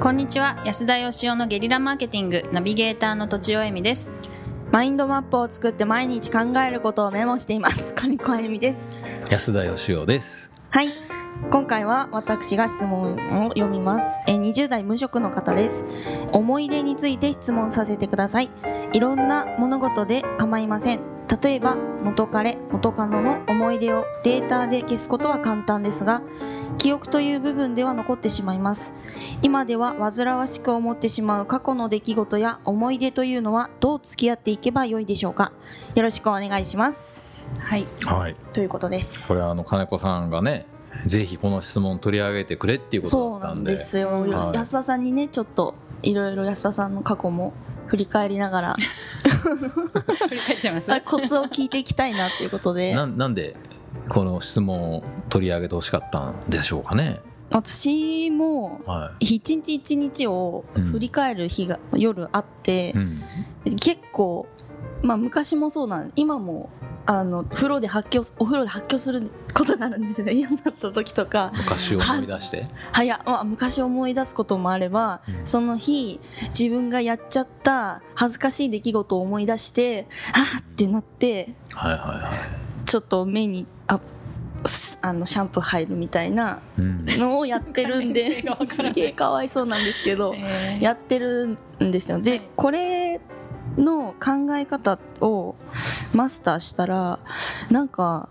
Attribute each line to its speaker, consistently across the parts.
Speaker 1: こんにちは安田義雄のゲリラマーケティングナビゲーターのとちおえみです
Speaker 2: マインドマップを作って毎日考えることをメモしています。金子あゆみです。
Speaker 3: 安田義雄です。
Speaker 2: はい。今回は私が質問を読みます。えー、20代無職の方です。思い出について質問させてください。いろんな物事で構いません。例えば、元彼、元カノの思い出をデータで消すことは簡単ですが、記憶という部分では残ってしまいます。今では煩わしく思ってしまう過去の出来事や思い出というのはどう付き合っていけばよいでしょうか。よろしくお願いします。
Speaker 1: はい
Speaker 3: はい。
Speaker 2: ということです
Speaker 3: こ。れはあの金子さんがね、ぜひこの質問取り上げてくれっていうこと
Speaker 2: そう
Speaker 3: だ
Speaker 2: な
Speaker 3: ったん
Speaker 2: ん
Speaker 3: で。
Speaker 2: ですよ、
Speaker 1: はい
Speaker 2: 安田さんにねちょっといろいろ安田さんの過去も振り返りながら
Speaker 1: 振り返っちゃいます
Speaker 2: あコツを聞いていきたいなということで
Speaker 3: なんなんでこの質問を取り上げてほしかったんでしょうかね。
Speaker 2: 私も
Speaker 3: は
Speaker 2: 一日一日を振り返る日が、夜あって
Speaker 3: い。う、ん。
Speaker 2: 結構まあ昔もそうなん今もあの風呂で発狂お風呂で発狂することがあるんですね嫌になった時とか
Speaker 3: 昔を思い出して。
Speaker 2: はや、まあ、昔を思い出すこともあれば
Speaker 3: うん
Speaker 2: その日自分がやっちゃった恥ずかしい出来事を思い出してあーってなって
Speaker 3: はいはいはい。
Speaker 2: ちょっと目にあすあのシャンプー入るみたいな
Speaker 3: うん。
Speaker 2: のをやってるん
Speaker 1: 全然
Speaker 2: で
Speaker 1: わからない
Speaker 2: すげえかわいそうなんですけど
Speaker 1: えー
Speaker 2: やってるんですよ。
Speaker 1: はい
Speaker 2: でこれの考え方をマスターしたらなんか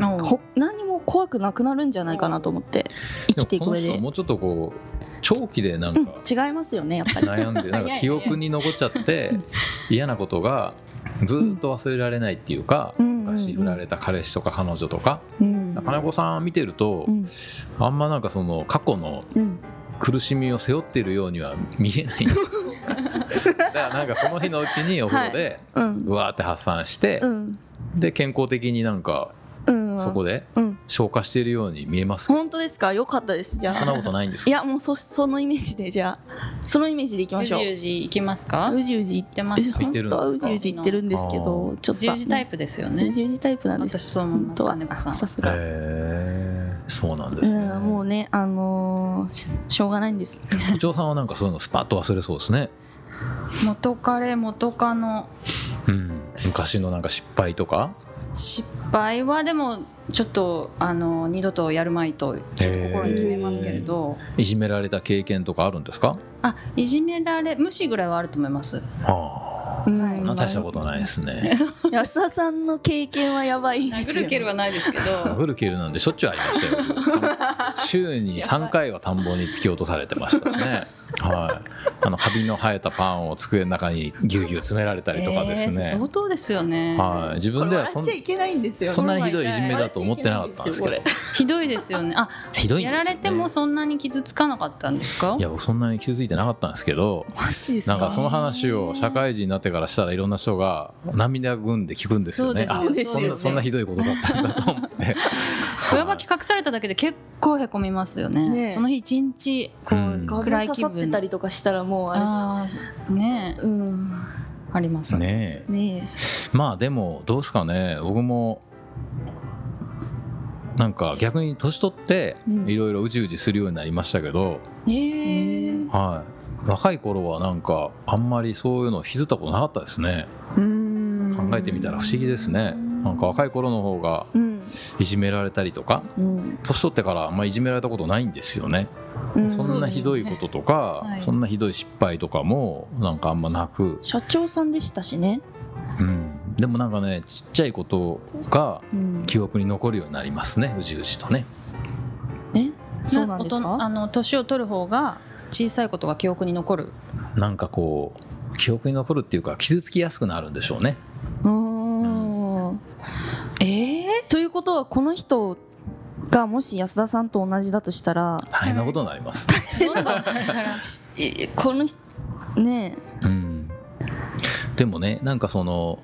Speaker 1: おう
Speaker 2: ほ何も怖くなくなるんじゃないかなと思って生きていく上
Speaker 3: もこの人は
Speaker 2: で。
Speaker 3: もうちょっとこう長期でな
Speaker 2: うんん
Speaker 3: か、
Speaker 2: 違いますよねやっ ぱり。
Speaker 3: 悩んでなんか記憶に残っちゃ って
Speaker 2: うん
Speaker 3: 嫌なことがずーっと忘れられないっていうか、
Speaker 2: うん
Speaker 3: 昔振られた彼氏とか彼女とか、
Speaker 2: うん
Speaker 3: 金子さん見てると、
Speaker 2: うん
Speaker 3: あんまなんかその過去の
Speaker 2: うん
Speaker 3: 苦しみを背負っているようには見えないんですよだからなんかその日のうちにお風呂で
Speaker 2: うん
Speaker 3: うわーって発散して、
Speaker 2: うん
Speaker 3: で健康的になんか
Speaker 2: うん
Speaker 3: そこで
Speaker 2: うん
Speaker 3: 消化しているように見えますけど、
Speaker 2: 本当ですか良かったですじゃ
Speaker 3: そん
Speaker 2: あ
Speaker 3: なことないんです
Speaker 2: い
Speaker 3: か
Speaker 2: やもうそそのイメージでじゃあそのイメージでいきま
Speaker 1: う
Speaker 2: し
Speaker 1: じ
Speaker 2: ょう
Speaker 1: うじ行きますか
Speaker 2: うじうじ
Speaker 1: てますか
Speaker 3: 行ってるんですか
Speaker 2: 本当はうじうじ言ってるんですけどちょっ
Speaker 1: う
Speaker 2: と
Speaker 1: じうじタイ
Speaker 2: プ
Speaker 1: プですよ
Speaker 2: ねう
Speaker 1: ね
Speaker 2: じうじタイプなんです
Speaker 1: 私そう思います
Speaker 2: 本
Speaker 1: 金子
Speaker 2: 当
Speaker 1: さん
Speaker 2: はさす
Speaker 3: へ
Speaker 2: が
Speaker 3: えそうなんで
Speaker 2: う
Speaker 3: すね
Speaker 2: んもうねあのーししょうがないんです
Speaker 3: 部長さんはなんかそういうのスパッと忘れそうですね、
Speaker 1: 元彼元カノ
Speaker 3: うん、昔のなんか失敗とか
Speaker 1: 失敗はでもちょっとあの二度とやるまいとちょっと心に決めますけれど、
Speaker 3: いじめられた経験とかあるんですか
Speaker 1: あいじめられ無視ぐらいはあると思います
Speaker 3: あ
Speaker 1: はい
Speaker 3: あ大したことないですね
Speaker 2: 安田さんの経験はやばいです
Speaker 1: 殴
Speaker 2: よ
Speaker 1: る蹴るはないですけ
Speaker 3: ダ
Speaker 1: ど
Speaker 3: ブルキルなんでしょっちゅうありましたよ 週に3回は田んぼに突き落とされてましたしね、はい、あのカビの生えたパンを机の中にぎゅうぎゅう詰められたりとかです
Speaker 1: えー
Speaker 3: ね、
Speaker 1: 相当ですよね、
Speaker 3: はい、自
Speaker 2: こ
Speaker 3: 分
Speaker 2: れ
Speaker 3: では
Speaker 2: 笑
Speaker 3: そ
Speaker 2: っ
Speaker 3: ん
Speaker 2: ちゃいけないんですよ
Speaker 3: そんなにひどいいじめだと思ってなかったんですけど
Speaker 2: 笑っ
Speaker 1: ひどいですよねあ
Speaker 3: ひどいんですよ、
Speaker 1: や
Speaker 3: ね、
Speaker 1: られてもそんなに傷つかなかったんですか
Speaker 3: いや僕そんなに傷ついてなかったんですけど
Speaker 2: マジです
Speaker 3: なんか
Speaker 2: か
Speaker 3: その話を社会人になってからしたらいろんな人が涙ぐんで聞くんですよね
Speaker 1: そう
Speaker 2: ですよ
Speaker 3: あそんなそんなひどいことだったんだと思って
Speaker 1: 親ばき隠されただけで結構へこみますよね
Speaker 2: ねえ
Speaker 1: その日一日こう、
Speaker 3: うん
Speaker 2: 顔が刺さってたりとかしたらもうあ
Speaker 1: ああね
Speaker 2: れ
Speaker 1: え
Speaker 2: うん
Speaker 1: あります
Speaker 3: ねえ
Speaker 2: ねえ
Speaker 3: まあでもどうですかね僕もなんか逆に年取って
Speaker 2: うん
Speaker 3: いろいろうじうじするようになりましたけど、
Speaker 1: えー
Speaker 3: はい、若い頃はなんかあんまりそういうのを気づいたことなかったですね
Speaker 2: 考
Speaker 3: 考えてみたら不思議ですねなんか若い頃の方が
Speaker 2: うん
Speaker 3: いじめられたりとか
Speaker 2: うん
Speaker 3: 年取ってからあんまりいじめられたことないんですよね、
Speaker 2: うん
Speaker 3: そんなひどいこととか
Speaker 1: そうですねはい
Speaker 3: そんなひどい失敗とかもなんかあんまなく、
Speaker 2: 社長さんでしたしね、
Speaker 3: うん、でもなんかねちっちゃいことが
Speaker 2: うん
Speaker 3: 記憶に残るようになりますねうじうじとね
Speaker 2: えそうなんです
Speaker 1: 大人あ
Speaker 2: か
Speaker 1: の年を取る方が小さいことが記憶に残る
Speaker 3: なんかこう記憶に残るっていうか傷つきやすくなるんでしょうね
Speaker 2: うーん
Speaker 1: ええ
Speaker 2: ということはこの人がもし安田さんと同じだとしたら
Speaker 3: 大変なことになります、
Speaker 1: どんどん だから
Speaker 2: えこの人ね
Speaker 3: うん、でもねなんかその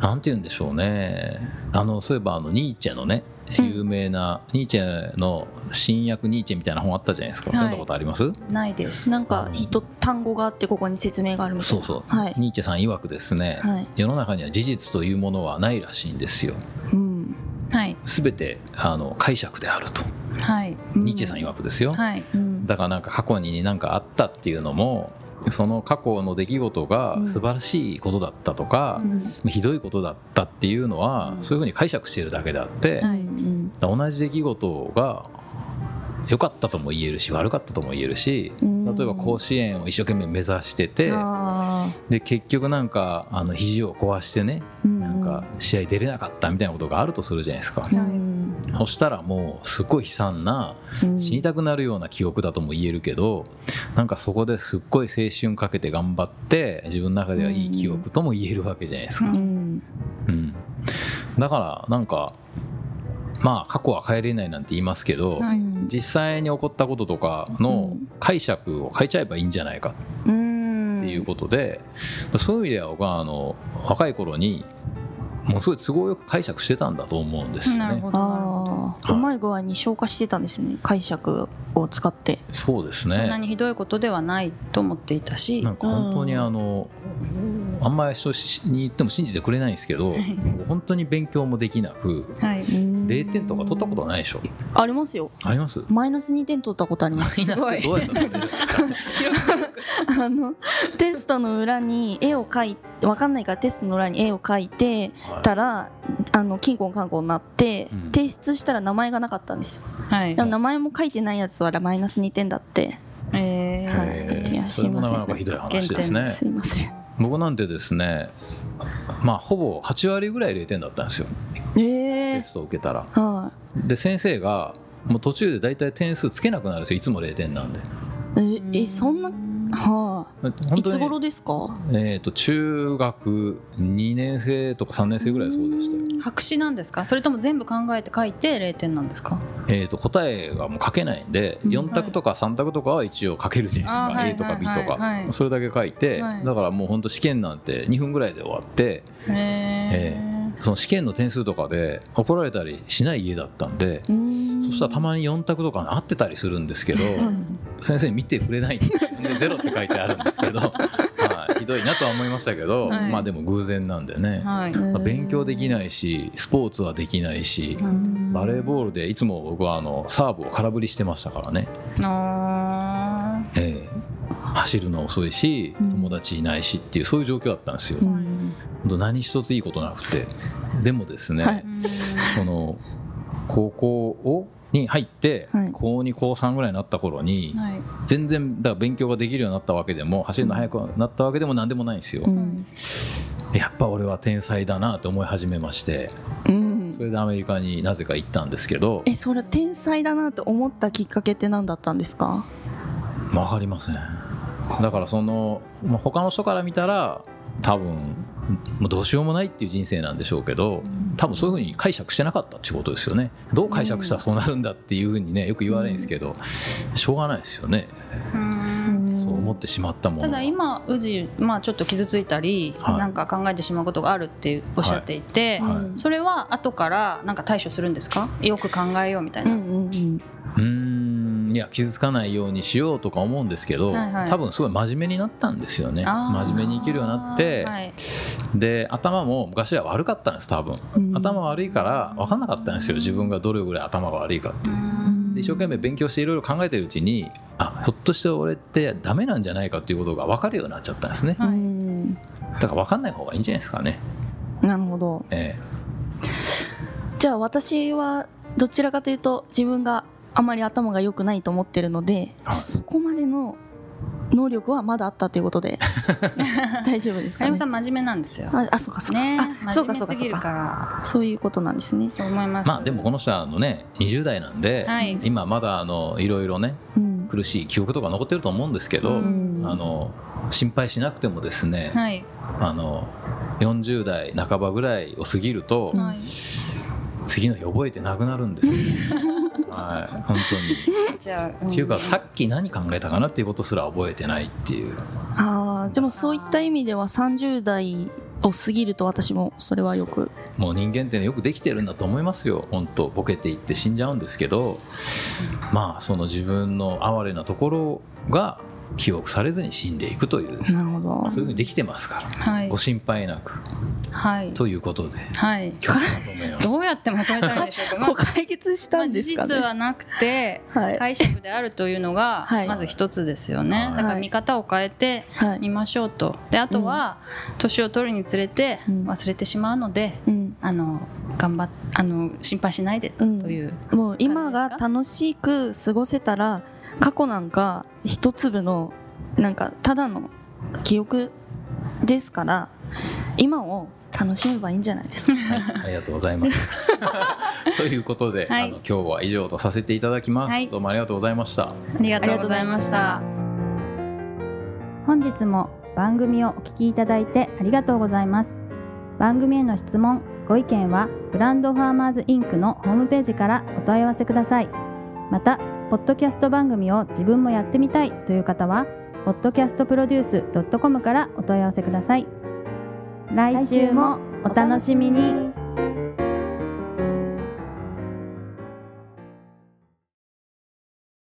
Speaker 3: なんて言うんでしょうねあのそういえばあのニーチェのね
Speaker 2: うん
Speaker 3: 有名な、ニーチェの「新約ニーチェ」みたいな本あったじゃないです
Speaker 1: は
Speaker 3: か、
Speaker 1: い
Speaker 3: 読んだことあります
Speaker 1: ないで
Speaker 2: え
Speaker 1: す
Speaker 2: なんか人単語があってここに説明があるみたいな
Speaker 3: そうそう
Speaker 2: はい
Speaker 3: ニーチェさん曰くですね、
Speaker 2: はい
Speaker 3: 世の中には事実というものはないらしいんですよ
Speaker 2: うん
Speaker 1: はい
Speaker 3: 全てあの解釈であると、
Speaker 1: はい
Speaker 3: ニーチェさん曰くですよ、
Speaker 1: はい
Speaker 2: うん
Speaker 3: だからなんか過去に何かあったっていうのもその過去の出来事が素晴らしいことだったとか、ひどいことだったっていうのは、そういうふうに解釈してるだけであって、同じ出来事が良かったとも言えるし悪かったとも言えるし例えば甲子園を一生懸命目指してて、で結局なんかあの肘を壊してね、なんか試合出れなかったみたいなことがあるとするじゃないですか。そしたらもうすごい悲惨な死にたくなるような記憶だとも言えるけど、うなんかそこですっごい青春かけて頑張って自分の中ではいい記憶とも言えるわけじゃないですか。うんだからなんかまあ過去は変えれないなんて言いますけど、はい、実際に起こったこととかの解釈を変えちゃえばいいんじゃないかっていうことで、うん、そういう意味では僕はあの若い頃にもうすごい都合よく解釈してたんだと思うんですよね。なるほど
Speaker 2: あはい、うまい具合に消化してたんですね解釈を使って
Speaker 3: そうですね
Speaker 1: そんなにひどいことではないと思っていたし
Speaker 3: なんか本当にあの、あんまり人に言っても信じてくれないんですけど、はい、本当に勉強もできなく、はい、0点とか取ったことないでしょ
Speaker 2: ありますよ
Speaker 3: あります
Speaker 2: マイナス2点取ったことあります
Speaker 3: マイナスってどうやったの
Speaker 2: あのテストの裏に絵を描いて分かんないからテストの裏に絵を描いてたら、はい、あの金婚観光になって、うん、提出したら名前がなかったんですよ、はい、でも名前も書いてないやつはマイナス2点だって、、
Speaker 1: えー、はい
Speaker 2: いやすいません
Speaker 3: なかひどい話ですね
Speaker 2: すいません
Speaker 3: 僕なんてですねまあほぼ8割ぐらい0点だったんですよ、
Speaker 2: えー、
Speaker 3: テストを受けたら、はい、で先生がもう途中で大体点数つけなくなるんですよいつも0点なんで
Speaker 2: ええそんなはあ、いつ頃ですか、
Speaker 3: えーと、と中学2年生とか3年生ぐらいそうでしたよ
Speaker 1: 白紙なんですかそれとも全部考えて書いて0点なんですか、
Speaker 3: えーと、と答えがもう書けないんで、うん、4択とか3択とかは一応書けるじゃないですか、はい、A とか B とか、はいはい、それだけ書いて、だからもう本当試験なんて2分ぐらいで終わってへえーその試験の点数とかで怒られたりしない家だったんでそしたらたまに4択とかに合ってたりするんですけ ど先生見てくれないんで ゼロって書いてあるんですけど、はい、ひどいなとは思いましたけど、はい、まあでも偶然なんでね、はいまあ、勉強できないしスポーツはできないしバレーボールでいつも僕はあのサーブを空振りしてましたからね。ええ走るの遅いし友達いないしっていうそういう状況だったんですよ。うん、何一ついいことなくてでもですね、はい、その高校をに入って、はい、高2高3ぐらいになった頃に、はい、全然だから勉強ができるようになったわけでも走るの速くなったわけでも何でもないんですよ。うん、やっぱ俺は天才だなと思い始めまして。うんそれでアメリカになぜか行ったんですけど
Speaker 2: えそれ天才だなと思ったきっかけって何だったんですか
Speaker 3: 分かりませんだからその、まあ、他の人から見たら多分もうどうしようもないっていう人生なんでしょうけど多分そういうふうに解釈してなかったっていうことですよねどう解釈したらそうなるんだっていうふうにねよく言われるんですけど、しょうがないですよね。そう思ってしまったもん
Speaker 1: ただ今宇治、まあ、ちょっと傷ついたり、はい、なんか考えてしまうことがあるっておっしゃっていて、はいはい、それは後からなんか対処するんですかよく考えようみたいな。うん,うん、
Speaker 3: うんいや傷つかないようにしようとか思うんですけど、はいはい、多分すごい真面目になったんですよね真面目に生きるようになって、はい、で頭も昔は悪かったんです多分、うん、頭悪いから分かんなかったんですよ自分がどれぐらい頭が悪いかっていう。一生懸命勉強していろいろ考えてるうちにあひょっとして俺ってダメなんじゃないかっていうことが分かるようになっちゃったんですね、はい、だから分かんない方がいいんじゃないですかね
Speaker 2: なるほど、
Speaker 3: え
Speaker 2: え、じゃあ私はどちらかというと自分があまり頭が良くないと思ってるので、はい、そこまでの能力はまだあったということ で大丈夫ですか、ね、
Speaker 1: 真面目なんですよ
Speaker 2: あそうかそうか、
Speaker 1: ね、
Speaker 2: そうかそうかそうかそういうことなんですね
Speaker 1: そう思います
Speaker 3: まあでもこの人はあのね20代なんで、はい、今まだあのいろいろね、うん、苦しい記憶とか残ってると思うんですけど、うん、あの心配しなくてもですね、はい、あの40代半ばぐらいを過ぎると、はい、次の日覚えてなくなるんですよ、 ねはい、本当に。じゃあ、っていうか、さっき何考えたかなっていうことすら覚えてないっていう。
Speaker 2: ああ、でも、そういった意味では、三十代を過ぎると、私もそれはよく。
Speaker 3: もう人間ってね、よくできてるんだと思いますよ。本当、ボケていって死んじゃうんですけど。まあ、その自分の哀れなところが、記憶されずに死んでいくというです、
Speaker 2: ね、なるほ ど
Speaker 3: そういうふうにできてますから、
Speaker 1: はい、
Speaker 3: ご心配なく、
Speaker 1: はい、
Speaker 3: ということで、
Speaker 1: はい、
Speaker 3: 今日の
Speaker 1: どうやってまとめたんでし ょうか、
Speaker 2: まあ、解決したんですか、ね、
Speaker 1: まあ、事実はなくて、はい、解釈であるというのがまず一つですよね、はい、だから見方を変えてみましょうと、はい、であとは年、を取るにつれて忘れてしまうので、うん、あの頑張あの心配しないでという、
Speaker 2: うん、もう今が楽しく過ごせたら過去なんか一粒のなんかただの記憶ですから今を楽しめばいいんじゃないです か、
Speaker 3: はい、ありがとうございます ということで、はい、あの今日は以上とさせていただきます、はい、どうもありがとうございましたあ
Speaker 1: りがとうございました
Speaker 4: 本日も番組をお聞きいただいてありがとうございます番組への質問ご意見はブランドファーマーズインクのホームページからお問い合わせくださいまたポッドキャスト番組を自分もやってみたいという方は podcastproduce.com からお問い合わせください来週もお楽しみに